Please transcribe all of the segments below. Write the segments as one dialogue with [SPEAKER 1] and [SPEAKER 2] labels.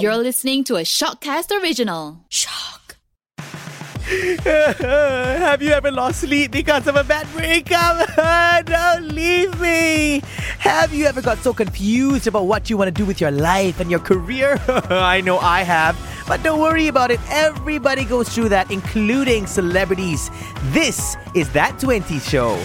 [SPEAKER 1] You're listening to a Shockcast original.
[SPEAKER 2] Have you ever lost sleep because of a bad breakup? Don't leave me. Have you ever got so confused about what you want to do with your life and your career? I know I have. But don't worry about it. Everybody goes through that, including celebrities. This is That 20 Show.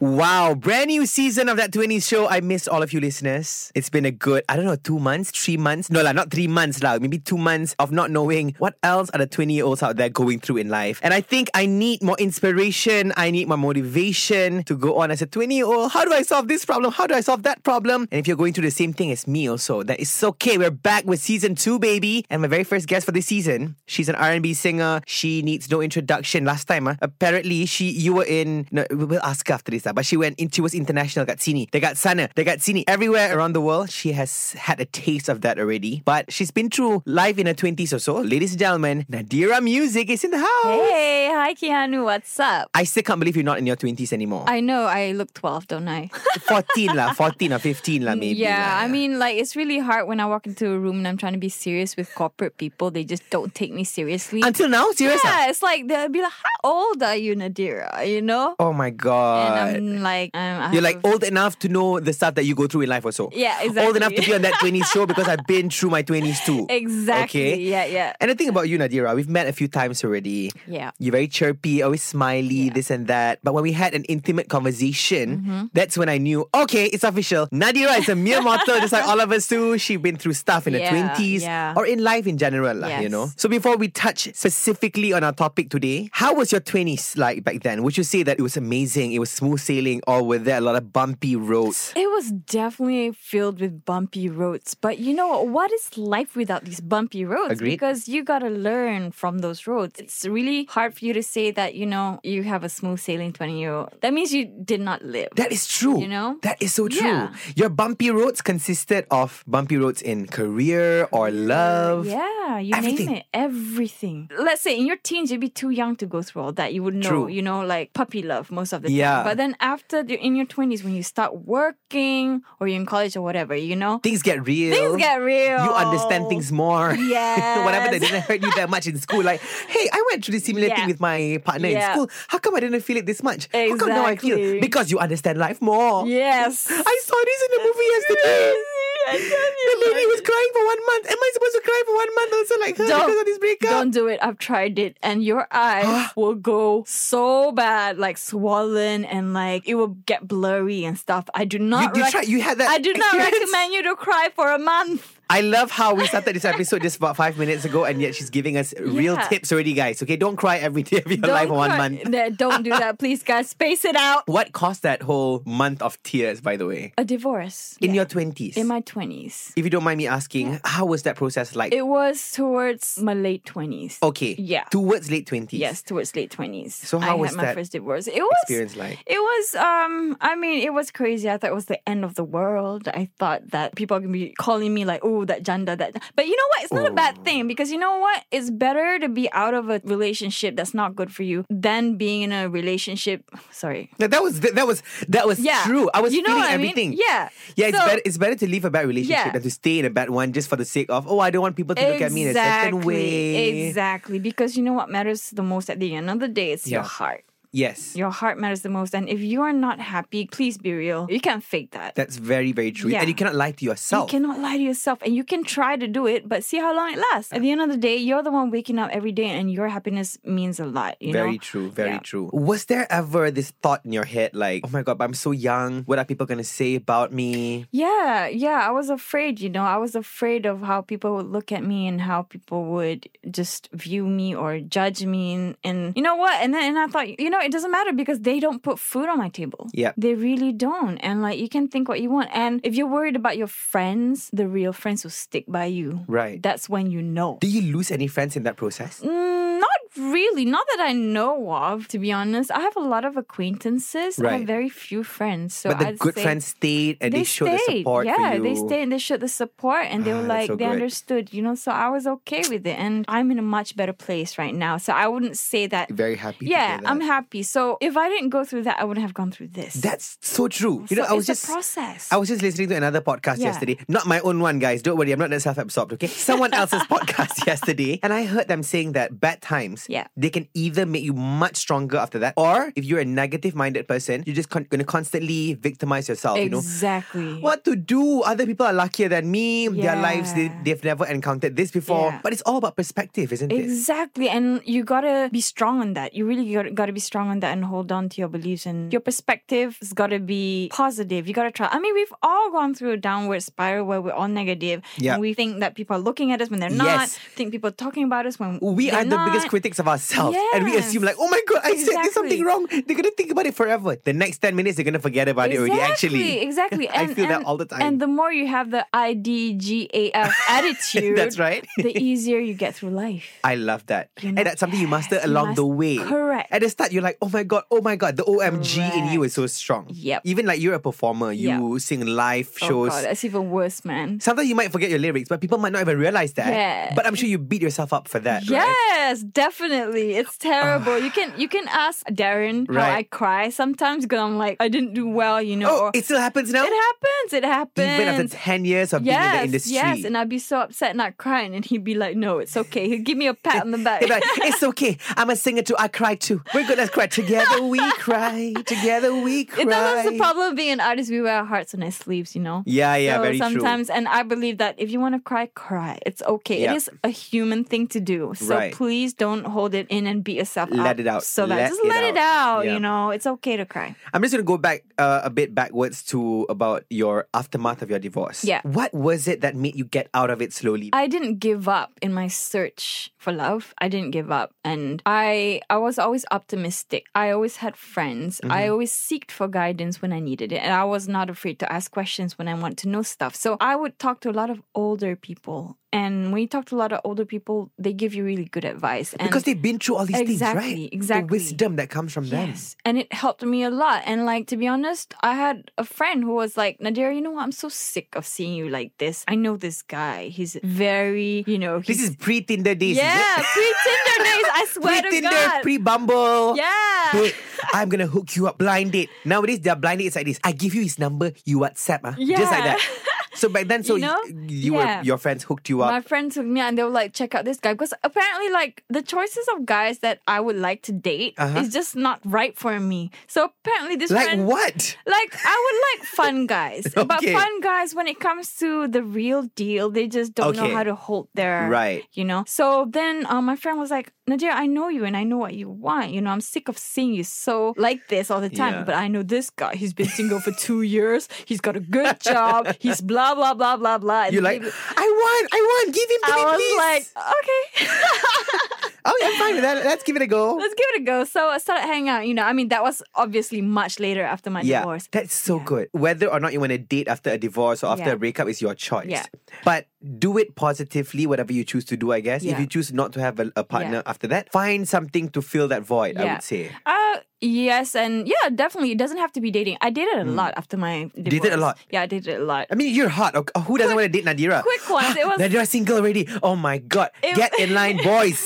[SPEAKER 2] Wow, brand new season of That 20 Show. I miss all of you listeners. It's been a good, I don't know, two months, three months. No, lah, not three months, lah. maybe two months of not knowing what else are the 20 year olds out there going through in life. And I think I need more inspiration. I need more motivation to go on as a 20 year old. How do I solve this problem? How do I solve that problem? And if you're going through the same thing as me also, that is okay. We're back with season two, baby. And my very first guest for this season, she's an R&B singer. She needs no introduction. Last time, ah, apparently she you were in. No, we- we'll ask her after this, lah. but she went in. She was international. Got sini. They got sana. They got sini. Everywhere around the world, she has had a taste of that already. But she's been through life in her twenties or so. Ladies and gentlemen, Nadira Music is in the house.
[SPEAKER 3] Hey, hi Keanu, what's up?
[SPEAKER 2] I still can't believe you're not in your twenties anymore.
[SPEAKER 3] I know I look 12, don't I?
[SPEAKER 2] 14 lah, 14 or 15 lah maybe.
[SPEAKER 3] yeah,
[SPEAKER 2] lah.
[SPEAKER 3] I mean, like, it's really hard when I walk into a room and I'm trying to be serious with corporate people. They just don't take me seriously.
[SPEAKER 2] Until now, serious? ah?
[SPEAKER 3] yeah, it's like they'll be like, How old are you, Nadira? You know?
[SPEAKER 2] Oh my god.
[SPEAKER 3] and I'm like, I'm, I
[SPEAKER 2] You're
[SPEAKER 3] have
[SPEAKER 2] like
[SPEAKER 3] a-
[SPEAKER 2] old enough to know the stuff that you go through in life or so.
[SPEAKER 3] Uh-huh. Yeah,
[SPEAKER 2] Old enough to
[SPEAKER 3] exactly.
[SPEAKER 2] be on that 20s show because I've been through my 20s too.
[SPEAKER 3] Exactly.
[SPEAKER 2] Okay.
[SPEAKER 3] Yeah, yeah.
[SPEAKER 2] And the thing about you, Nadira, we've met a few times already.
[SPEAKER 3] Yeah.
[SPEAKER 2] You're very chirpy, always smiley, this and that. But when we had an intimate conversation,
[SPEAKER 3] Mm-hmm.
[SPEAKER 2] that's when I knew, okay, it's official. Nadira is a mere mortal, just like all of us too. She's been through stuff in
[SPEAKER 3] Yeah,
[SPEAKER 2] the 20s
[SPEAKER 3] yeah.
[SPEAKER 2] or in life in general, lah, you
[SPEAKER 3] Yes.
[SPEAKER 2] know. So before we touch specifically on our topic today, how was your 20s like back then? Would you say that it was amazing, it was smooth sailing, or were there a lot of bumpy roads?
[SPEAKER 3] It was definitely filled with bumpy roads. But you know what? What is life without these bumpy roads?
[SPEAKER 2] Agreed.
[SPEAKER 3] Because you got to learn from those roads. It's really hard for you to say that, you know, you have a smooth sailing 20 year old. That means you did not live.
[SPEAKER 2] That is true.
[SPEAKER 3] You know?
[SPEAKER 2] That is so true.
[SPEAKER 3] Yeah.
[SPEAKER 2] Your bumpy roads consisted of bumpy roads in career or love.
[SPEAKER 3] yeah, you
[SPEAKER 2] Everything.
[SPEAKER 3] name it. Everything. Let's say in your teens, you'd be too young to go through all that. You would know,
[SPEAKER 2] True.
[SPEAKER 3] you know, like puppy love most of the
[SPEAKER 2] Yeah.
[SPEAKER 3] time. But then after, the, in your 20s, when you start working or you're in college or whatever, you know,
[SPEAKER 2] Things get real.
[SPEAKER 3] things get real.
[SPEAKER 2] You understand things more. Whatever that
[SPEAKER 3] Oh, Yes.
[SPEAKER 2] didn't hurt you that much in school. Like, hey, I went through the similar thing
[SPEAKER 3] Yeah.
[SPEAKER 2] with my partner in
[SPEAKER 3] Yeah.
[SPEAKER 2] school. How come I didn't feel it this much? How come now I feel?
[SPEAKER 3] Exactly.
[SPEAKER 2] Because you understand life more.
[SPEAKER 3] Yes.
[SPEAKER 2] I saw this in the movie yesterday.
[SPEAKER 3] I
[SPEAKER 2] The
[SPEAKER 3] tell
[SPEAKER 2] lady
[SPEAKER 3] you, like,
[SPEAKER 2] was crying for one month. Am I supposed to cry for one month also like her
[SPEAKER 3] Don't-
[SPEAKER 2] because of this breakup?
[SPEAKER 3] Don't do it. I've tried it, and your eye will go so bad, like swollen, and like it will get blurry and stuff. I do not.
[SPEAKER 2] you
[SPEAKER 3] rec-
[SPEAKER 2] tried- you had that
[SPEAKER 3] I do not
[SPEAKER 2] experience?
[SPEAKER 3] recommend you to cry for a month.
[SPEAKER 2] I love how we started this episode just about five minutes ago, and yet she's giving us real
[SPEAKER 3] Yeah.
[SPEAKER 2] tips already, guys. Okay, don't cry every day of your life for one
[SPEAKER 3] cry-
[SPEAKER 2] month.
[SPEAKER 3] Th- Don't do that, please, guys. Space it out.
[SPEAKER 2] What caused that whole month of tears, by the way?
[SPEAKER 3] A divorce
[SPEAKER 2] In
[SPEAKER 3] Yeah.
[SPEAKER 2] your 20s.
[SPEAKER 3] in my twenties.
[SPEAKER 2] if you don't mind me asking, how was that process like?
[SPEAKER 3] It was towards my late twenties.
[SPEAKER 2] okay.
[SPEAKER 3] Yeah.
[SPEAKER 2] Towards late 20s.
[SPEAKER 3] Yes, towards late twenties.
[SPEAKER 2] Oh. So how
[SPEAKER 3] I
[SPEAKER 2] was
[SPEAKER 3] had my
[SPEAKER 2] that
[SPEAKER 3] first divorce. It was
[SPEAKER 2] Experience like.
[SPEAKER 3] It was, um, I mean, it was crazy. I thought it was the end of the world. I thought that people are gonna be calling me like, oh, that janda, that. But you know what? It's not a bad thing because you know what? It's better to be out of a relationship that's not good for you than being in a relationship. Sorry.
[SPEAKER 2] That, that was that was that was
[SPEAKER 3] Yeah.
[SPEAKER 2] true. I was
[SPEAKER 3] you know
[SPEAKER 2] feeling
[SPEAKER 3] what I mean?
[SPEAKER 2] everything.
[SPEAKER 3] Yeah.
[SPEAKER 2] Yeah, it's
[SPEAKER 3] So-
[SPEAKER 2] better it's better to leave a bad relationship
[SPEAKER 3] Yeah.
[SPEAKER 2] than to stay in a bad one just for the sake of oh I don't want people to look at me in a certain way.
[SPEAKER 3] Exactly. Because you know what matters the most at the end of the day? It's your
[SPEAKER 2] Yeah.
[SPEAKER 3] heart.
[SPEAKER 2] Yes.
[SPEAKER 3] Your heart matters the most. And if you are not happy, please be real. You can't fake that.
[SPEAKER 2] That's very, very true.
[SPEAKER 3] Yeah.
[SPEAKER 2] And you cannot lie to yourself.
[SPEAKER 3] You cannot lie to yourself, and you can try to do it, but see how long it lasts. At the end of the day, you're the one waking up every day, and your happiness means a lot. You
[SPEAKER 2] very
[SPEAKER 3] know?
[SPEAKER 2] true, very
[SPEAKER 3] Yeah.
[SPEAKER 2] true. Was there ever this thought in your head like, oh my god, but I'm so young. What are people gonna say about me?
[SPEAKER 3] Yeah, yeah. I was afraid, you know. I was afraid of how people would look at me and how people would just view me or judge me, and, and you know what? And then and I thought, you know, it doesn't matter because they don't put food on my table.
[SPEAKER 2] Yeah.
[SPEAKER 3] they really don't. And like, you can think what you want, and if you're worried about your friends, the real friends will stick by you.
[SPEAKER 2] Right.
[SPEAKER 3] That's when you know.
[SPEAKER 2] Did you lose any friends in that process?
[SPEAKER 3] Mm, not really, not that I know of, to be honest. I have a lot of acquaintances. I
[SPEAKER 4] Right.
[SPEAKER 3] have very few friends. So
[SPEAKER 2] but the
[SPEAKER 3] I'd
[SPEAKER 2] good
[SPEAKER 3] say
[SPEAKER 2] friends stayed and they, showed the
[SPEAKER 3] stayed.
[SPEAKER 2] support. for
[SPEAKER 3] Yeah, they
[SPEAKER 2] you.
[SPEAKER 3] stayed and they showed the support and they
[SPEAKER 2] Ah,
[SPEAKER 3] were
[SPEAKER 2] that's
[SPEAKER 3] like,
[SPEAKER 2] so
[SPEAKER 3] they
[SPEAKER 2] good.
[SPEAKER 3] understood, you know, so I was okay with it. And I'm in a much better place right now. So I wouldn't say that.
[SPEAKER 2] Very happy. to
[SPEAKER 3] yeah,
[SPEAKER 2] hear that.
[SPEAKER 3] I'm happy. So if I didn't go through that, I wouldn't have gone through this.
[SPEAKER 2] That's so true. You
[SPEAKER 3] So
[SPEAKER 2] know, I was
[SPEAKER 3] it's
[SPEAKER 2] just
[SPEAKER 3] a process.
[SPEAKER 2] I was just listening to another podcast
[SPEAKER 3] Yeah.
[SPEAKER 2] yesterday. Not my own one, guys. Don't worry, I'm not that self-absorbed, okay? Someone else's podcast yesterday. And I heard them saying that bad times,
[SPEAKER 3] Yeah.
[SPEAKER 2] they can either make you much stronger after that, or if you're a negative-minded person, you're just con- gonna constantly victimize yourself, you know?
[SPEAKER 3] exactly.
[SPEAKER 2] What to do? Other people are luckier than me. Their lives, they,
[SPEAKER 3] Yeah.
[SPEAKER 2] they've never encountered this before.
[SPEAKER 3] Yeah.
[SPEAKER 2] But it's all about perspective, isn't it?
[SPEAKER 3] Exactly. And you gotta be strong on that. You really gotta, gotta be strong on that and hold on to your beliefs. And your perspective has gotta be positive. You gotta try. I mean, we've all gone through a downward spiral where we're all negative.
[SPEAKER 2] Yeah.
[SPEAKER 3] And we think that people are looking at us when they're not.
[SPEAKER 2] Yes.
[SPEAKER 3] Think people are talking about us when
[SPEAKER 2] we
[SPEAKER 3] they're
[SPEAKER 2] are the biggest
[SPEAKER 3] not.
[SPEAKER 2] critics of ourselves and we assume like
[SPEAKER 3] Yes.
[SPEAKER 2] oh my god i said there's something
[SPEAKER 3] Exactly.
[SPEAKER 2] wrong they're gonna think about it forever the next 10 minutes they're gonna forget about it already actually
[SPEAKER 3] Exactly.
[SPEAKER 2] I
[SPEAKER 3] And,
[SPEAKER 2] feel that
[SPEAKER 3] and-
[SPEAKER 2] all the time.
[SPEAKER 3] And the more you have the IDGAF attitude,
[SPEAKER 2] That's right.
[SPEAKER 3] the easier you get through life.
[SPEAKER 2] I love that.
[SPEAKER 3] You
[SPEAKER 2] and
[SPEAKER 3] know,
[SPEAKER 2] that's something you master
[SPEAKER 3] yes, you
[SPEAKER 2] along the
[SPEAKER 3] must-
[SPEAKER 2] way.
[SPEAKER 3] correct.
[SPEAKER 2] At the start, you're like, oh my God, oh my God, the OMG in you is so strong.
[SPEAKER 3] Yep.
[SPEAKER 2] Even like you're a performer, you
[SPEAKER 3] Yep.
[SPEAKER 2] sing live
[SPEAKER 3] Oh
[SPEAKER 2] shows.
[SPEAKER 3] God, that's even worse, man.
[SPEAKER 2] Sometimes you might forget your lyrics, but people might not even realize that.
[SPEAKER 3] Yeah.
[SPEAKER 2] But I'm sure you beat yourself up for that. Right?
[SPEAKER 3] Yes, definitely. It's terrible. you can you can ask Darren how
[SPEAKER 2] Right.
[SPEAKER 3] I cry sometimes because I'm like I didn't do well, you know.
[SPEAKER 2] Oh,
[SPEAKER 3] or-
[SPEAKER 2] it still happens now?
[SPEAKER 3] it happens. It happens.
[SPEAKER 2] Even after 10 years of being in the
[SPEAKER 3] yes,
[SPEAKER 2] industry.
[SPEAKER 3] yes, and I'd be so upset and not crying, and he'd be like, "No, it's okay." He'd give me a pat on the back.
[SPEAKER 2] They'll be like, it's okay. I'm a singer too. I cry too. We're good. Let's cry. Together we cry. Together we cry.
[SPEAKER 3] It- That's the problem of being an artist. We wear our hearts on our sleeves, you know.
[SPEAKER 2] Yeah, yeah,
[SPEAKER 3] so
[SPEAKER 2] very true.
[SPEAKER 3] sometimes, and I believe that if you want to cry, cry. It's okay.
[SPEAKER 2] Yeah.
[SPEAKER 3] It is a human thing to do. So
[SPEAKER 2] Right.
[SPEAKER 3] please don't hold it in and beat yourself up.
[SPEAKER 2] Let it out.
[SPEAKER 3] So
[SPEAKER 2] Let
[SPEAKER 3] that just
[SPEAKER 2] it
[SPEAKER 3] let it
[SPEAKER 2] out.
[SPEAKER 3] out.
[SPEAKER 2] Yeah.
[SPEAKER 3] You know, it's okay to cry.
[SPEAKER 2] I'm just gonna go back uh, a bit backwards to about your aftermath of your divorce.
[SPEAKER 3] Yeah.
[SPEAKER 2] What was it that made you get out of it slowly?
[SPEAKER 3] I didn't give up in my search for love. I didn't give up and I I was always optimistic. I always had friends.
[SPEAKER 2] Mm-hmm.
[SPEAKER 3] I always seeked for guidance when I needed it and I was not afraid to ask questions when I want to know stuff. So I would talk to a lot of older people and when you talk to a lot of older people, they give you really good advice and
[SPEAKER 2] because they've been through all these things,
[SPEAKER 3] Exactly,
[SPEAKER 2] right?
[SPEAKER 3] exactly.
[SPEAKER 2] The wisdom that comes from them.
[SPEAKER 3] Yes. And it helped me a lot. And like to be honest, I had a friend who was like, Nadira, you know what? I'm so sick of seeing you like this. I know this guy. He's very, you know,
[SPEAKER 2] This
[SPEAKER 3] he's-
[SPEAKER 2] is pre Tinder days.
[SPEAKER 3] Yeah, pre Tinder days. I
[SPEAKER 2] Pre
[SPEAKER 3] swear to
[SPEAKER 2] Tinder,
[SPEAKER 3] God.
[SPEAKER 2] pre Bumble.
[SPEAKER 3] yeah.
[SPEAKER 2] Babe, I'm gonna hook you up blind date. Nowadays, their blind date is like this. I give you his number, you WhatsApp, ah, just like
[SPEAKER 3] Yeah.
[SPEAKER 2] that. So back then, so
[SPEAKER 3] You know?
[SPEAKER 2] you, you
[SPEAKER 3] Yeah.
[SPEAKER 2] were your friends hooked you
[SPEAKER 3] My
[SPEAKER 2] up.
[SPEAKER 3] friends took me and they were like, check out this guy. Because apparently, like, the choices of guys that I would like to date
[SPEAKER 2] Uh-huh.
[SPEAKER 3] is just not right for me. So apparently, this
[SPEAKER 2] like
[SPEAKER 3] friend.
[SPEAKER 2] what?
[SPEAKER 3] Like, I would like fun guys. But
[SPEAKER 2] Okay.
[SPEAKER 3] fun guys, when it comes to the real deal, they just don't
[SPEAKER 2] Okay.
[SPEAKER 3] know how to hold their.
[SPEAKER 2] Right.
[SPEAKER 3] You know? So then uh, my friend was like, Nadia, I know you and I know what you want. You know, I'm sick of seeing you so like this all the time.
[SPEAKER 2] Yeah.
[SPEAKER 3] But I know this guy. He's been single for two years. He's got a good job. He's blah, blah, blah, blah, blah. And
[SPEAKER 2] You're like, I
[SPEAKER 3] maybe-
[SPEAKER 2] want, I want, give him to
[SPEAKER 3] I
[SPEAKER 2] me,
[SPEAKER 3] was
[SPEAKER 2] please.
[SPEAKER 3] like, okay,
[SPEAKER 2] oh, yeah, I'm fine with that. Let's give it a go.
[SPEAKER 3] let's give it a go. So I started hanging out. You know, I mean, that was obviously much later after my
[SPEAKER 2] Yeah,
[SPEAKER 3] divorce.
[SPEAKER 2] that's so
[SPEAKER 3] Yeah.
[SPEAKER 2] good. Whether or not you want to date after a divorce or after a
[SPEAKER 3] Yeah.
[SPEAKER 2] breakup is your choice.
[SPEAKER 3] Yeah.
[SPEAKER 2] But do it positively, whatever you choose to do, I guess. If
[SPEAKER 3] Yeah.
[SPEAKER 2] you choose not to have a, a partner after that, find something to fill that void, I
[SPEAKER 3] Yeah.
[SPEAKER 2] would say.
[SPEAKER 3] Uh, yes, and yeah, definitely. It doesn't have to be dating. I dated a lot after my divorce.
[SPEAKER 2] Hmm. Dated a lot?
[SPEAKER 3] Yeah, I dated a lot.
[SPEAKER 2] I mean, you're hot. Okay, Who doesn't want to date Nadira?
[SPEAKER 3] Quick ones. It was
[SPEAKER 2] Nadira's single already. Oh my God.
[SPEAKER 3] It-
[SPEAKER 2] Get in line, boys.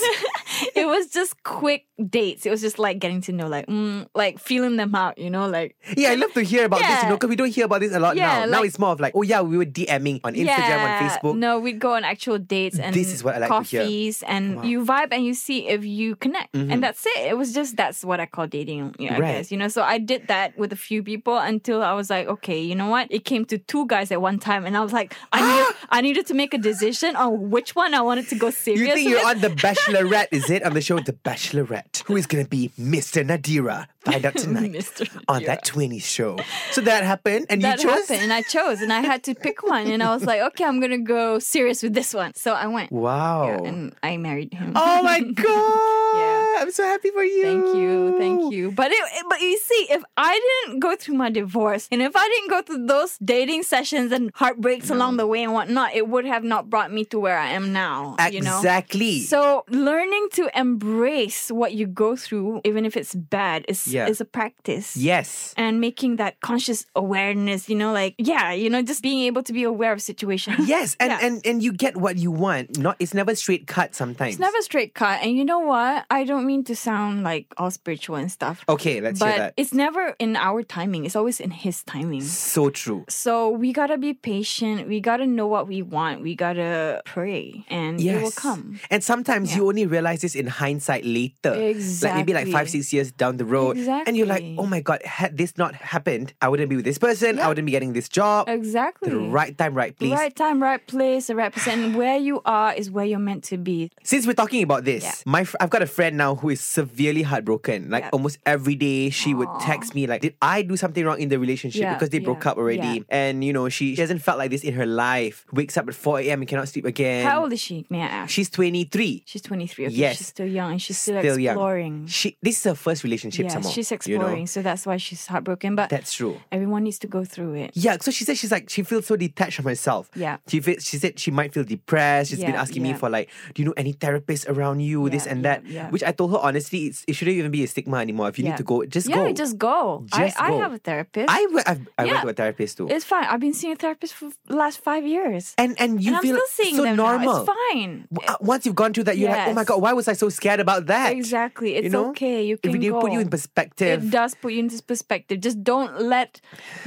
[SPEAKER 3] it was just quick dates. It was just like getting to know, like, mm, like feeling them out. You know, like
[SPEAKER 2] Yeah, I love to hear about this, you
[SPEAKER 3] Yeah.
[SPEAKER 2] know, because we don't hear about this a lot now.
[SPEAKER 3] Yeah,
[SPEAKER 2] now
[SPEAKER 3] like-
[SPEAKER 2] it's more of like, oh yeah, we were DMing on Instagram,
[SPEAKER 3] yeah,
[SPEAKER 2] on Facebook.
[SPEAKER 3] No, we'd go on actual dates and
[SPEAKER 2] This is what I like to hear. Mm-hmm.
[SPEAKER 3] coffees, and you vibe and you see if you connect, and that's it. It was just that's what I call dating. Yeah, I
[SPEAKER 2] Right.
[SPEAKER 3] guess you know. So I did that with a few people until I was like, okay, you know what? It came to two guys at one time, and I was like, I needed, I needed to make a decision on which one I wanted to go serious.
[SPEAKER 2] You think
[SPEAKER 3] with.
[SPEAKER 2] you're on The Bachelorette, is it? On the show The Bachelorette. Who is going to be Mr. Nadira? Find out tonight
[SPEAKER 3] Mr.
[SPEAKER 2] on that 20s show. So that happened, and
[SPEAKER 3] that
[SPEAKER 2] you chose?
[SPEAKER 3] happened and I chose and I had to pick one and I was like, okay, I'm gonna go serious with this one. So I went
[SPEAKER 2] Wow.
[SPEAKER 3] and I married him.
[SPEAKER 2] Oh my God. I'm so happy for you.
[SPEAKER 3] Thank you, thank you. But it, it- but you see, if I didn't go through my divorce, and if I didn't go through those dating sessions and heartbreaks along the way and whatnot, it would have not brought me to where I am now. You know.
[SPEAKER 2] Exactly.
[SPEAKER 3] So learning to embrace what you go through, even if it's bad, is
[SPEAKER 2] Yeah.
[SPEAKER 3] is a practice.
[SPEAKER 2] yes.
[SPEAKER 3] And making that conscious awareness, you know, like yeah, you know, just being able to be aware of situations.
[SPEAKER 2] Yes, and,
[SPEAKER 3] Yeah.
[SPEAKER 2] and and you get what you want. Not it's never straight cut sometimes.
[SPEAKER 3] It's never straight cut. And you know what? I don't mean to sound like all spiritual and stuff.
[SPEAKER 2] Okay, let's hear
[SPEAKER 3] but
[SPEAKER 2] that.
[SPEAKER 3] it's never in our timing. It's always in his timing.
[SPEAKER 2] so true.
[SPEAKER 3] So we gotta be patient. We gotta know what we want. We gotta pray, and
[SPEAKER 2] Yes.
[SPEAKER 3] it will come.
[SPEAKER 2] And sometimes
[SPEAKER 3] Yeah.
[SPEAKER 2] you only realize this in hindsight later. Like maybe like five,
[SPEAKER 3] Exactly.
[SPEAKER 2] six years down the road. And you're like,
[SPEAKER 3] Exactly.
[SPEAKER 2] oh my God, had this not happened, I wouldn't be with this person. I
[SPEAKER 3] Yeah.
[SPEAKER 2] wouldn't be getting this job.
[SPEAKER 3] Exactly.
[SPEAKER 2] The right time, right place.
[SPEAKER 3] Right time, right place, the right person. Where you are is where you're meant to be.
[SPEAKER 2] Since we're talking about this,
[SPEAKER 3] Yeah.
[SPEAKER 2] my fr- I've got a friend now who is severely heartbroken. Like
[SPEAKER 3] Yeah.
[SPEAKER 2] almost every day, she would text me like, "Did I do something wrong in the relationship
[SPEAKER 3] Yeah,
[SPEAKER 2] because they broke
[SPEAKER 3] yeah,
[SPEAKER 2] up already?" And you know, she, she hasn't felt like this in her life. Wakes up at four a.m. and cannot sleep again.
[SPEAKER 3] How old is she? May I ask?
[SPEAKER 2] She's twenty three.
[SPEAKER 3] she's 23. Okay,
[SPEAKER 2] Yes.
[SPEAKER 3] she's still young and she's still,
[SPEAKER 2] Still young.
[SPEAKER 3] exploring.
[SPEAKER 2] She this is her first relationship.
[SPEAKER 3] yeah,
[SPEAKER 2] somehow,
[SPEAKER 3] she's
[SPEAKER 2] you know?
[SPEAKER 3] exploring, so that's why she's heartbroken. But
[SPEAKER 2] That's true.
[SPEAKER 3] everyone needs to go through it.
[SPEAKER 2] Yeah, so she said she's like she feels so detached from herself.
[SPEAKER 3] Yeah.
[SPEAKER 2] she feels, she said she might feel depressed. She's been
[SPEAKER 3] Yeah,
[SPEAKER 2] asking me
[SPEAKER 3] yeah.
[SPEAKER 2] for like, do you know any therapists around you? this
[SPEAKER 3] Yeah,
[SPEAKER 2] and
[SPEAKER 3] yeah,
[SPEAKER 2] that.
[SPEAKER 3] yeah.
[SPEAKER 2] Which I told her honestly, it's, it shouldn't even be a stigma anymore. If you
[SPEAKER 3] Yeah.
[SPEAKER 2] need to go, just
[SPEAKER 3] yeah,
[SPEAKER 2] go.
[SPEAKER 3] just go.
[SPEAKER 2] Just
[SPEAKER 3] I,
[SPEAKER 2] go.
[SPEAKER 3] I have a therapist.
[SPEAKER 2] I went. I've, I went
[SPEAKER 3] Yeah.
[SPEAKER 2] to a therapist too.
[SPEAKER 3] It's fine. I've been seeing a therapist for the last five years.
[SPEAKER 2] and and you
[SPEAKER 3] and I'm
[SPEAKER 2] feel
[SPEAKER 3] still seeing
[SPEAKER 2] so
[SPEAKER 3] them now.
[SPEAKER 2] normal.
[SPEAKER 3] It's fine.
[SPEAKER 2] W- uh, Once you've gone through that, you're like, oh my
[SPEAKER 3] Yes.
[SPEAKER 2] god, why was I so scared about that?
[SPEAKER 3] Exactly. It's
[SPEAKER 2] know?
[SPEAKER 3] okay. You
[SPEAKER 2] If
[SPEAKER 3] can
[SPEAKER 2] it didn't put you
[SPEAKER 3] go.
[SPEAKER 2] in perspective,
[SPEAKER 3] It does put you into perspective. Just don't let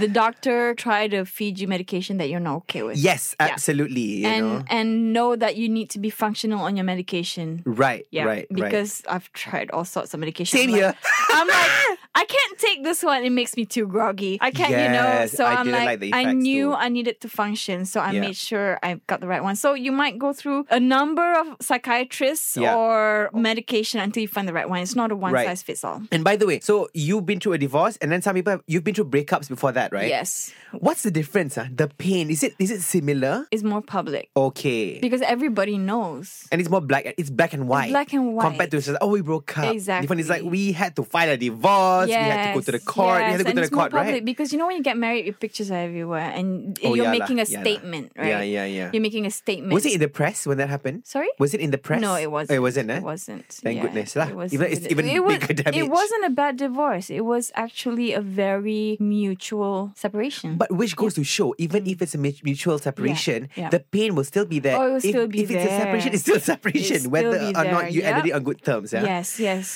[SPEAKER 3] the doctor try to feed you medication that you're not okay with.
[SPEAKER 2] yes,
[SPEAKER 3] Yeah.
[SPEAKER 2] absolutely. You
[SPEAKER 3] and
[SPEAKER 2] know,
[SPEAKER 3] and know that you need to be functional on your medication.
[SPEAKER 2] right,
[SPEAKER 3] Yeah,
[SPEAKER 2] right, right.
[SPEAKER 3] because I've tried all sorts of medication.
[SPEAKER 2] Same
[SPEAKER 3] I'm
[SPEAKER 2] here.
[SPEAKER 3] Like, I'm like, I can't take this one. It makes me too groggy. I can't,
[SPEAKER 2] Yes,
[SPEAKER 3] you know. So
[SPEAKER 2] I
[SPEAKER 3] am
[SPEAKER 2] didn't like
[SPEAKER 3] like,
[SPEAKER 2] the
[SPEAKER 3] I
[SPEAKER 2] effects
[SPEAKER 3] knew
[SPEAKER 2] too.
[SPEAKER 3] I needed to function, so I
[SPEAKER 2] Yeah.
[SPEAKER 3] made sure I got the right one. So you might go through a number of psychiatrists
[SPEAKER 2] Yeah.
[SPEAKER 3] or medication until you find the right one. It's not a one size fits all.
[SPEAKER 2] And by the way, so you've been through a divorce, and then some people have, you've been through breakups before that, right?
[SPEAKER 3] Yes,
[SPEAKER 2] What's the difference? Huh? The pain is it is it similar?
[SPEAKER 3] it's more public
[SPEAKER 2] Okay,
[SPEAKER 3] because everybody knows.
[SPEAKER 2] and it's more black. It's black and white.
[SPEAKER 3] black and white.
[SPEAKER 2] compared to it's just, oh we broke up. This one is like
[SPEAKER 3] Exactly.
[SPEAKER 2] we had to file a divorce.
[SPEAKER 3] yes,
[SPEAKER 2] we had to go to the court. we had to go
[SPEAKER 3] yes, and
[SPEAKER 2] to the
[SPEAKER 3] it's
[SPEAKER 2] court,
[SPEAKER 3] more
[SPEAKER 2] right?
[SPEAKER 3] public Because you know when you get married, your pictures are everywhere, and
[SPEAKER 2] Oh,
[SPEAKER 3] you're
[SPEAKER 2] yeah lah,
[SPEAKER 3] making a
[SPEAKER 2] yeah lah.
[SPEAKER 3] statement, right?
[SPEAKER 2] Yeah, yeah, yeah.
[SPEAKER 3] You're making a statement.
[SPEAKER 2] Was it in the press when that happened?
[SPEAKER 3] Sorry?
[SPEAKER 2] Was it in the press?
[SPEAKER 3] No, it wasn't.
[SPEAKER 2] Oh, it wasn't. Eh?
[SPEAKER 3] It wasn't.
[SPEAKER 2] Thank
[SPEAKER 3] yeah.
[SPEAKER 2] goodness lah.
[SPEAKER 3] It was
[SPEAKER 2] Even- it's even
[SPEAKER 3] it was,
[SPEAKER 2] bigger damage.
[SPEAKER 3] It wasn't a bad divorce. It was actually a very mutual separation.
[SPEAKER 2] But which goes to show, even if it's a mu- mutual separation,
[SPEAKER 3] yeah.
[SPEAKER 2] the pain will still be there.
[SPEAKER 3] Oh, it will
[SPEAKER 2] if,
[SPEAKER 3] still be
[SPEAKER 2] if it's a separation,
[SPEAKER 3] there.
[SPEAKER 2] it's still a separation,
[SPEAKER 3] It'll
[SPEAKER 2] whether
[SPEAKER 3] still be
[SPEAKER 2] or not
[SPEAKER 3] there,
[SPEAKER 2] you ended it
[SPEAKER 3] yep.
[SPEAKER 2] on good terms. Yeah.
[SPEAKER 3] yes, yes.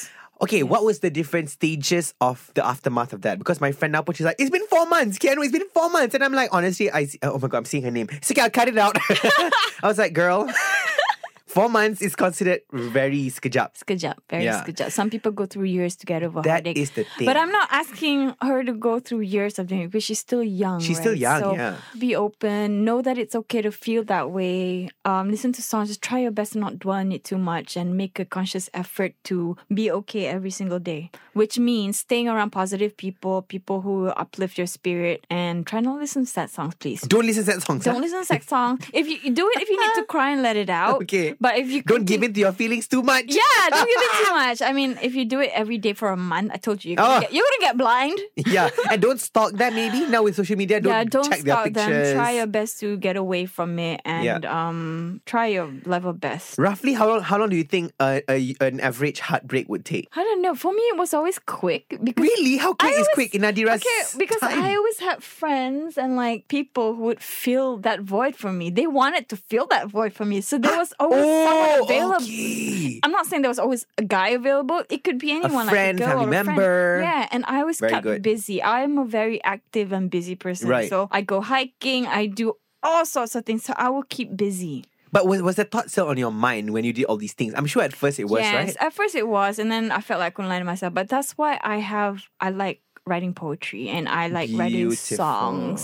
[SPEAKER 2] Okay, what was the different stages of the aftermath of that? Because my friend now put, she's like, it's been four months, Keanu, it's been four months. And I'm like, honestly, I see, oh my God, I'm seeing her name. It's okay, I'll cut it out. I was like, girl, four months is considered very skejap.
[SPEAKER 3] It's good job. Very
[SPEAKER 2] Yeah.
[SPEAKER 3] good job. Some people go through years to get over
[SPEAKER 2] That
[SPEAKER 3] heartache.
[SPEAKER 2] is the thing.
[SPEAKER 3] But I'm not asking her to go through years of doing it because she's still young.
[SPEAKER 2] She's still
[SPEAKER 3] right?
[SPEAKER 2] young,
[SPEAKER 3] So
[SPEAKER 2] yeah.
[SPEAKER 3] Be open. Know that it's okay to feel that way. Um, listen to songs. Just try your best to not dwell on it too much and make a conscious effort to be okay every single day. Which means staying around positive people, people who will uplift your spirit, and try not to listen to sad songs, please.
[SPEAKER 2] Don't listen to that song.
[SPEAKER 3] Don't listen to sex songs. If you you do it, if you need to cry and let it out.
[SPEAKER 2] Okay.
[SPEAKER 3] But if you
[SPEAKER 2] Don't
[SPEAKER 3] continue-
[SPEAKER 2] give in to your feelings too much.
[SPEAKER 3] yeah, don't give it too much. I mean, if you do it every day for a month, I told you, you're gonna,
[SPEAKER 2] Oh.
[SPEAKER 3] get, you're gonna get blind.
[SPEAKER 2] yeah, and don't stalk them. Maybe now with social media, don't,
[SPEAKER 3] yeah, don't
[SPEAKER 2] check their
[SPEAKER 3] stalk
[SPEAKER 2] pictures.
[SPEAKER 3] them. Try your best to get away from it, and um, try your level best.
[SPEAKER 2] Roughly, how long? How long do you think a, a, an average heartbreak would take?
[SPEAKER 3] I don't know. For me, it was always quick because
[SPEAKER 2] Really, how quick
[SPEAKER 3] I
[SPEAKER 2] is
[SPEAKER 3] always-
[SPEAKER 2] quick in Nadira's
[SPEAKER 3] Okay, because
[SPEAKER 2] time?
[SPEAKER 3] I always had friends and like people who would fill that void for me. They wanted to fill that void for me, so there was always someone
[SPEAKER 2] oh,
[SPEAKER 3] available.
[SPEAKER 2] okay.
[SPEAKER 3] I'm not saying there was always a guy available. It could be anyone,
[SPEAKER 2] friend,
[SPEAKER 3] like a girl
[SPEAKER 2] family
[SPEAKER 3] or a friend.
[SPEAKER 2] member.
[SPEAKER 3] Yeah, and I always
[SPEAKER 2] Very
[SPEAKER 3] kept
[SPEAKER 2] good.
[SPEAKER 3] busy. I'm a very active and busy person,
[SPEAKER 2] Right.
[SPEAKER 3] so I go hiking. I do all sorts of things, so I will keep busy.
[SPEAKER 2] But was, was the thought still on your mind when you did all these things? I'm sure at first it was,
[SPEAKER 3] yes, uh,
[SPEAKER 2] right?
[SPEAKER 3] at first it was, and then I felt like I couldn't lie to myself. But that's why I have I like writing poetry and I like writing songs.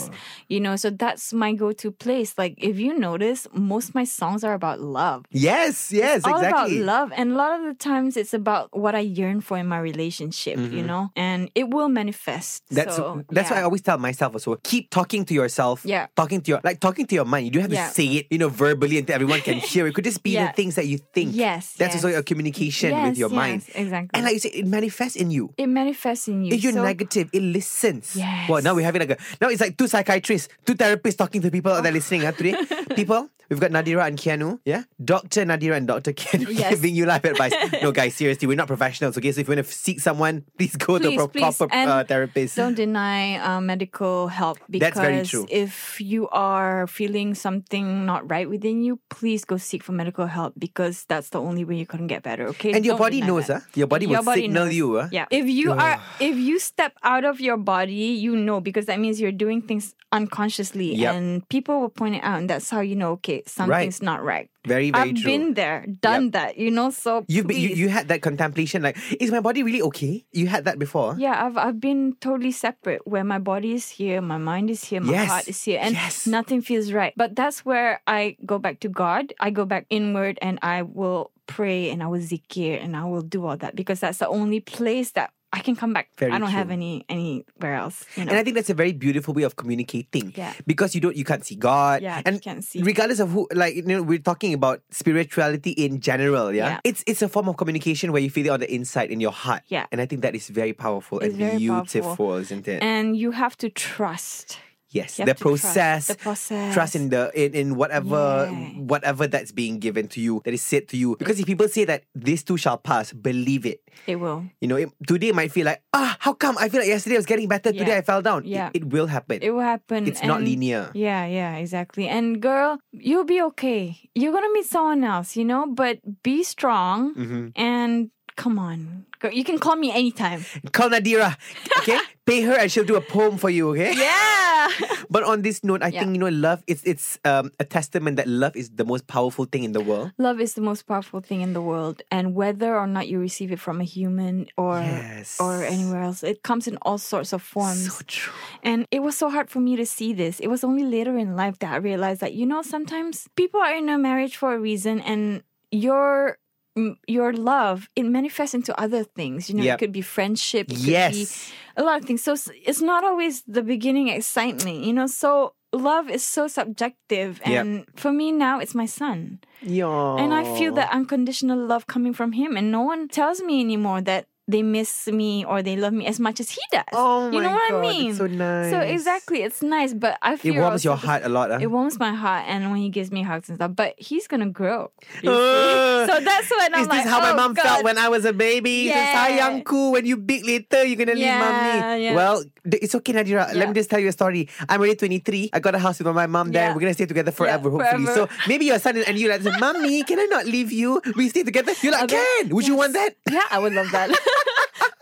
[SPEAKER 3] You know, so that's my go to place. Like, if you notice, most of my songs are about love.
[SPEAKER 2] Yes, yes,
[SPEAKER 3] All
[SPEAKER 2] exactly.
[SPEAKER 3] about love, and a lot of the times it's about what I yearn for in my relationship, you know, and it will manifest.
[SPEAKER 2] Mm-hmm. That's
[SPEAKER 3] so,
[SPEAKER 2] that's
[SPEAKER 3] yeah.
[SPEAKER 2] why I always tell myself also keep talking to yourself.
[SPEAKER 3] Yeah.
[SPEAKER 2] Talking to your like talking to your mind. You don't have
[SPEAKER 3] Yeah.
[SPEAKER 2] to say it, you know, verbally until everyone can hear. It could just be
[SPEAKER 3] Yeah.
[SPEAKER 2] the things that you think.
[SPEAKER 3] Yes,
[SPEAKER 2] That's
[SPEAKER 3] yes.
[SPEAKER 2] also a communication with
[SPEAKER 3] Yes,
[SPEAKER 2] your mind.
[SPEAKER 3] yes, exactly.
[SPEAKER 2] And like you say, it manifests in you.
[SPEAKER 3] it manifests in you.
[SPEAKER 2] If you're
[SPEAKER 3] so-
[SPEAKER 2] negative, it listens.
[SPEAKER 3] Yes.
[SPEAKER 2] Well, now we're having like a now it's like two psychiatrists, two therapists talking to people out there listening huh, today. people, we've got Nadira and Keanu. Yeah, Doctor Nadira and Doctor Keanu
[SPEAKER 3] Yes.
[SPEAKER 2] giving you life advice. no, guys, seriously, we're not professionals. Okay, so if you want to seek someone, please go
[SPEAKER 3] Please,
[SPEAKER 2] to a pro-
[SPEAKER 3] please,
[SPEAKER 2] proper
[SPEAKER 3] and
[SPEAKER 2] uh, therapist.
[SPEAKER 3] Don't deny uh, medical help because
[SPEAKER 2] That's very true.
[SPEAKER 3] if you are feeling something not right within you, please go seek for medical help because that's the only way you can get better. Okay,
[SPEAKER 2] And your
[SPEAKER 3] Don't
[SPEAKER 2] body
[SPEAKER 3] deny
[SPEAKER 2] knows,
[SPEAKER 3] that.
[SPEAKER 2] huh? Your body will signal
[SPEAKER 3] knows.
[SPEAKER 2] you, huh?
[SPEAKER 3] Yeah. If you are, if you step out of your body, you know because that means you're doing things unconsciously,
[SPEAKER 2] Yep.
[SPEAKER 3] and people will point it out, and that's how you know. Okay, something's not right.
[SPEAKER 2] Very, very
[SPEAKER 3] I've
[SPEAKER 2] true.
[SPEAKER 3] been there, done that. You know, so
[SPEAKER 2] You've been, you
[SPEAKER 3] please.
[SPEAKER 2] you had that contemplation like is my body really okay? You had that before.
[SPEAKER 3] Yeah, I've I've been totally separate where my body is here, my mind is here, my
[SPEAKER 2] Yes.
[SPEAKER 3] heart is here, and
[SPEAKER 2] Yes.
[SPEAKER 3] nothing feels right. But that's where I go back to God. I go back inward and I will pray and I will zikir and I will do all that because that's the only place that I can come back.
[SPEAKER 2] Very
[SPEAKER 3] I don't have
[SPEAKER 2] true.
[SPEAKER 3] any anywhere else. You know?
[SPEAKER 2] And I think that's a very beautiful way of communicating.
[SPEAKER 3] Yeah.
[SPEAKER 2] Because you don't you can't see God.
[SPEAKER 3] Yeah,
[SPEAKER 2] and
[SPEAKER 3] you can't see.
[SPEAKER 2] Regardless of who like you know, we're talking about spirituality in general, yeah?
[SPEAKER 3] Yeah.
[SPEAKER 2] It's it's a form of communication where you feel it on the inside in your heart.
[SPEAKER 3] Yeah.
[SPEAKER 2] And I think that is very powerful
[SPEAKER 3] It's
[SPEAKER 2] and
[SPEAKER 3] very
[SPEAKER 2] beautiful,
[SPEAKER 3] powerful.
[SPEAKER 2] isn't it?
[SPEAKER 3] and you have to trust.
[SPEAKER 2] yes.
[SPEAKER 3] you
[SPEAKER 2] The
[SPEAKER 3] have to trust
[SPEAKER 2] process,
[SPEAKER 3] the process.
[SPEAKER 2] Trust in the in, in whatever
[SPEAKER 3] Yeah.
[SPEAKER 2] whatever that's being given to you, that is said to you. Because if people say that this too shall pass, believe it.
[SPEAKER 3] It will.
[SPEAKER 2] You know, it, today it might feel like, ah, how come? I feel like yesterday I was getting better. Today I
[SPEAKER 3] Yeah.
[SPEAKER 2] fell down. It-
[SPEAKER 3] Yeah.
[SPEAKER 2] It, will happen.
[SPEAKER 3] It will happen.
[SPEAKER 2] It's not
[SPEAKER 3] Mm, and-
[SPEAKER 2] linear.
[SPEAKER 3] Yeah, yeah, exactly. And girl, you'll be okay. You're gonna meet someone else, you know. But be strong and come on, girl. You can call me anytime.
[SPEAKER 2] Call Nadira. Okay? Pay her and she'll do a poem for you, okay?
[SPEAKER 3] Yeah.
[SPEAKER 2] But on this note, I
[SPEAKER 3] Yeah.
[SPEAKER 2] think you know love it's it's um, a testament that love is the most powerful thing in the world.
[SPEAKER 3] Love is the most powerful thing in the world, and whether or not you receive it from a human or
[SPEAKER 2] Yes.
[SPEAKER 3] or anywhere else, it comes in all sorts of forms.
[SPEAKER 2] So true.
[SPEAKER 3] And it was so hard for me to see this. It was only later in life that I realized that you know sometimes people are in a marriage for a reason, and your mm, your love it manifests into other things. You know,
[SPEAKER 2] Yep.
[SPEAKER 3] it could be friendship. It could be
[SPEAKER 2] Yes.
[SPEAKER 3] a lot of things. So s- it's not always the beginning excitement. You know, so. Love is so subjective,
[SPEAKER 2] Yep.
[SPEAKER 3] and for me now, it's my son,
[SPEAKER 2] Yeah.
[SPEAKER 3] and I feel that unconditional love coming from him, and no one tells me anymore that they miss me or they love me as much as he does.
[SPEAKER 2] Oh
[SPEAKER 3] you
[SPEAKER 2] my
[SPEAKER 3] know what
[SPEAKER 2] God,
[SPEAKER 3] I mean?
[SPEAKER 2] It's so nice.
[SPEAKER 3] So exactly, it's nice, but I
[SPEAKER 2] It
[SPEAKER 3] feel
[SPEAKER 2] warms
[SPEAKER 3] also
[SPEAKER 2] your
[SPEAKER 3] the-
[SPEAKER 2] heart a lot. huh?
[SPEAKER 3] It warms my heart, and when he gives me hugs and stuff, but he's gonna grow. you
[SPEAKER 2] Uh,
[SPEAKER 3] see? so that's when I'm
[SPEAKER 2] Is this
[SPEAKER 3] like,
[SPEAKER 2] how my
[SPEAKER 3] oh,
[SPEAKER 2] mom
[SPEAKER 3] God.
[SPEAKER 2] felt when I was a baby? This is
[SPEAKER 3] Yeah.
[SPEAKER 2] sayang ku, when you big later, you're gonna leave
[SPEAKER 3] Yeah,
[SPEAKER 2] mommy.
[SPEAKER 3] yeah.
[SPEAKER 2] Well, th- it's okay, Nadira. Let
[SPEAKER 3] Yeah.
[SPEAKER 2] me just tell you a story. I'm already 23. I got a house with my mom there.
[SPEAKER 3] Yeah.
[SPEAKER 2] We're gonna stay together forever, hopefully.
[SPEAKER 3] forever.
[SPEAKER 2] So maybe your son and you like, mommy, can I not leave you? We stay together. You're like,
[SPEAKER 3] I'll be like,
[SPEAKER 2] can? Would you want that?
[SPEAKER 3] Yeah, I would love that.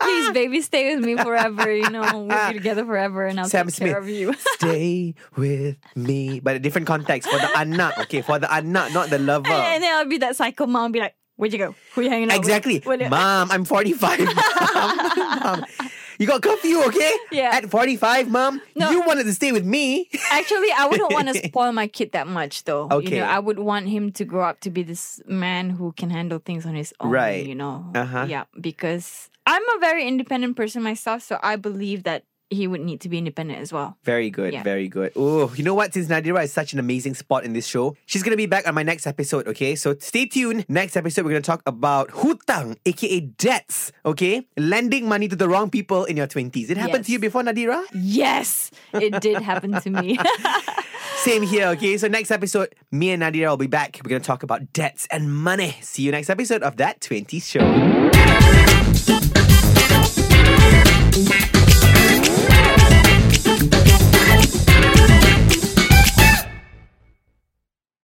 [SPEAKER 3] Please, baby, stay with me forever. You know, we'll be together forever, and I'll
[SPEAKER 2] Sam
[SPEAKER 3] take
[SPEAKER 2] Smith.
[SPEAKER 3] care of you.
[SPEAKER 2] Stay with me, but a different context for the anak. Okay, for the anak, not the lover.
[SPEAKER 3] and then I'll be that psycho mom, be like, "Where'd you go? Who you hanging out
[SPEAKER 2] Exactly.
[SPEAKER 3] with? What you-"
[SPEAKER 2] Mom, I'm 45. Mom, Mom, You got curfew, okay?
[SPEAKER 3] Yeah.
[SPEAKER 2] At 45, mom,
[SPEAKER 3] No.
[SPEAKER 2] you wanted to stay with me.
[SPEAKER 3] Actually, I wouldn't want to spoil my kid that much, though.
[SPEAKER 2] Okay.
[SPEAKER 3] You know, I would want him to grow up to be this man who can handle things on his own.
[SPEAKER 2] Right.
[SPEAKER 3] You know.
[SPEAKER 2] Uh-huh.
[SPEAKER 3] Yeah. Because I'm a very independent person myself, so I believe that he would need to be independent as well.
[SPEAKER 2] Very good,
[SPEAKER 3] Yeah.
[SPEAKER 2] very good. Oh, you know what? Since Nadira is such an amazing spot in this show, she's gonna be back on my next episode, okay? So stay tuned. Next episode, we're gonna talk about hutang, aka debts, okay? Lending money to the wrong people in your 20s. It happened to
[SPEAKER 3] Yes.
[SPEAKER 2] you before, Nadira?
[SPEAKER 3] Yes, it did happen to me.
[SPEAKER 2] Same here, okay? So next episode, me and Nadira will be back. We're gonna talk about debts and money. See you next episode of That 20s Show.